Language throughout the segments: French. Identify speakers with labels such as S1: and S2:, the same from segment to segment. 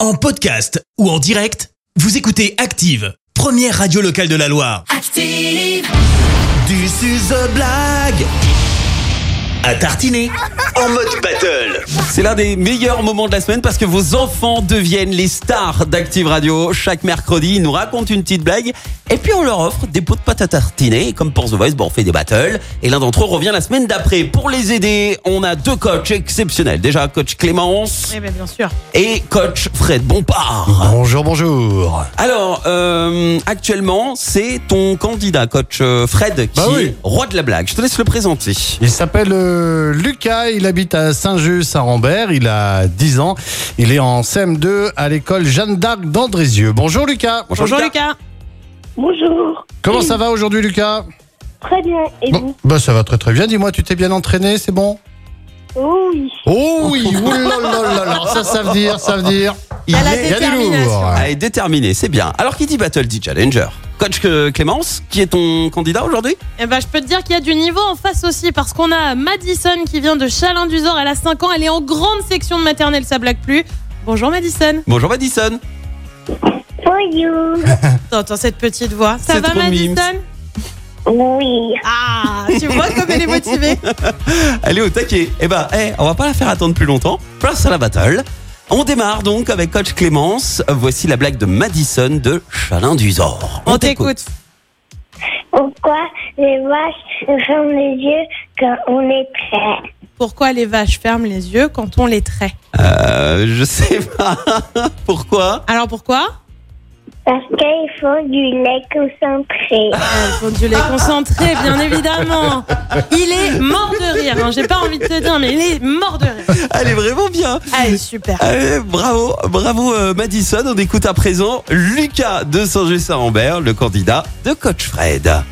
S1: En podcast ou en direct, vous écoutez Active, première radio locale de la Loire.
S2: Active,
S1: Du suze blague à tartiner en mode battle.
S3: C'est l'un des meilleurs moments de la semaine parce que vos enfants deviennent les stars d'Active Radio. Chaque mercredi, ils nous racontent une petite blague et puis on leur offre des pots de pâte à tartiner. Et comme pour The Voice, bon, on fait des battles et l'un d'entre eux revient la semaine d'après. Pour les aider, on a deux coachs exceptionnels. Déjà, coach Clémence
S4: Eh bien, bien sûr.
S3: et coach Fred Bompard.
S5: Bonjour, bonjour.
S3: Alors, euh, actuellement, c'est ton candidat, coach euh, Fred, qui
S5: Bah oui.
S3: est roi de la blague. Je te laisse le présenter.
S5: Il s'appelle euh, Lucas, il habite à Saint-Just, à Rambert, il a 10 ans. Il est en CM2 à l'école Jeanne d'Arc d'Andrézieux. Bonjour Lucas.
S4: Bonjour Lucas.
S6: Bonjour.
S5: Comment ça va aujourd'hui Lucas
S6: Très bien. Et
S5: Bon,
S6: vous
S5: bah ça va très très bien. Dis-moi, tu t'es bien entraîné, c'est bon
S6: Oh oui.
S5: Oh oui, oulalalala, ça ça veut dire, ça veut dire.
S3: Il
S4: la
S3: est-
S5: Il y a du
S4: Détermination.
S5: lourd.
S3: Ah, et déterminé, c'est bien. Alors qui dit battle dit challenger. Coach euh, Clémence, qui est ton candidat aujourd'hui
S4: Eh ben, je peux te dire qu'il y a du niveau en face aussi parce qu'on a Madison qui vient de Chalin-du-Zor. Elle a 5 ans. Elle est en grande section de maternelle. Ça blague plus. Bonjour Madison.
S3: Bonjour Madison.
S6: Bonjour.
S4: T'entends cette petite voix. Ça
S3: C'est
S4: va
S3: trop mimes.
S4: Madison
S6: Oui.
S4: Ah, tu vois comme elle est motivée.
S3: Elle est au taquet. Eh ben, eh, on va pas la faire attendre plus longtemps. Place à la battle. On démarre donc avec Coach Clémence. Voici la blague de Madison de Chalin d'Uzor.
S4: On t'écoute.
S6: Pourquoi les vaches ferment les yeux quand on est prêt
S4: Pourquoi les vaches ferment les yeux quand on les traite
S3: Euh, je sais pas pourquoi.
S4: Alors pourquoi
S6: Parce qu'ils font du lait concentré.
S4: Elles font du lait concentré, bien évidemment. Il est mort de rire. hein. J'ai pas envie de te dire, mais il est mort de rire.
S3: Elle est vraiment bien.
S4: Allez, super.
S3: Allez, bravo, bravo euh, Madison. On écoute à présent Lucas de Saint-Gé-Saint-Rambert, le candidat de Coach Fred.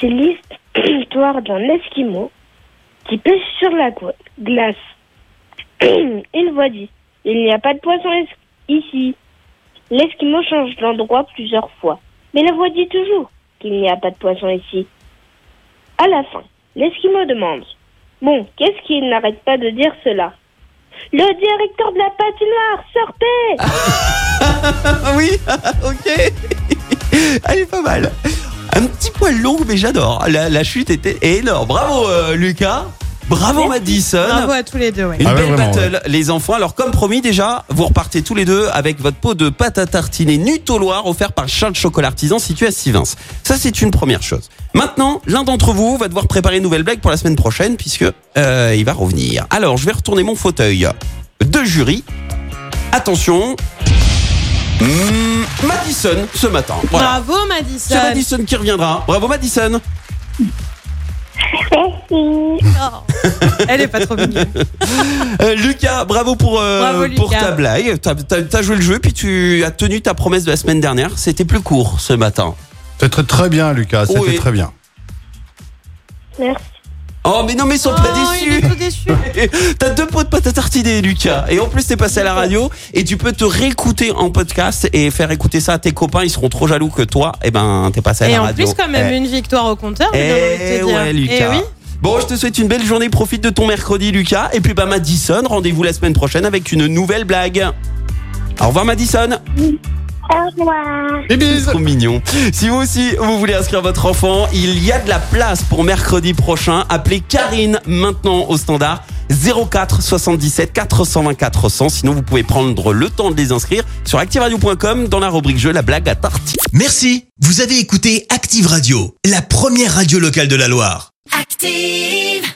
S6: C'est l'histoire d'un esquimau qui pêche sur la gla- glace. Il voit dit Il n'y a pas de poisson es- ici. L'esquimau change d'endroit plusieurs fois, mais la voix dit toujours qu'il n'y a pas de poisson ici. À la fin, l'esquimau demande Bon, qu'est-ce qu'il n'arrête pas de dire cela Le directeur de la patinoire, sortez
S3: Ah oui, ok. Elle est pas mal. Un petit poil long, mais j'adore. La, la chute était énorme. Bravo, euh, Lucas. Bravo, Madison.
S4: Bravo à tous les deux, ouais.
S3: Une
S5: Ah ouais,
S3: belle
S5: vraiment,
S3: battle, les enfants. Alors, comme promis, déjà, vous repartez tous les deux avec votre pot de pâte à tartiner Nutoloir offert par Charles Chocolat Artisan situé à Sivins. Ça, c'est une première chose. Maintenant, l'un d'entre vous va devoir préparer une nouvelle blague pour la semaine prochaine puisque euh, il va revenir. Alors, je vais retourner mon fauteuil de jury. Attention. Hmm, Madison, ce matin. Voilà.
S4: Bravo Ah, Madison.
S3: C'est Madison qui reviendra. Bravo, Madison.
S6: Merci
S4: Oh. Elle est pas trop mignonne.
S3: Euh, Lucas, bravo pour, euh,
S4: Bravo, Lucas.
S3: pour ta blague. T'as as, joué le jeu, puis tu as tenu ta promesse de la semaine dernière. C'était plus court ce matin.
S5: C'était très, très bien Lucas, c'était
S3: Oui.
S5: très bien.
S6: Merci.
S3: Oh, mais non, mais ils sont pas
S4: Oh, il est
S3: déçus.
S4: tout déçu.
S3: T'as deux pots de pâte à tartiner, Lucas. Et en plus, t'es passé à la radio et tu peux te réécouter en podcast et faire écouter ça à tes copains. Ils seront trop jaloux que toi. Et ben, t'es passé à
S4: Et
S3: la
S4: en
S3: radio.
S4: plus, quand même,
S3: Eh.
S4: une victoire au compteur. j'ai bien envie de
S3: Eh
S4: te dire.
S3: ouais, Lucas.
S4: Eh oui.
S3: Bon, je te souhaite une belle journée. Profite de ton mercredi, Lucas. Et puis, bah, Madison, rendez-vous la semaine prochaine avec une nouvelle blague. Au revoir, Madison.
S6: Au revoir
S5: Des bises.
S3: Trop mignon. Si vous aussi, vous voulez inscrire votre enfant, il y a de la place pour mercredi prochain. Appelez Karine maintenant au standard 04 77 420 400. Sinon, vous pouvez prendre le temps de les inscrire sur activeradio.com dans la rubrique jeu, la blague à tartiner.
S1: Merci, vous avez écouté Active Radio, la première radio locale de la Loire.
S2: active.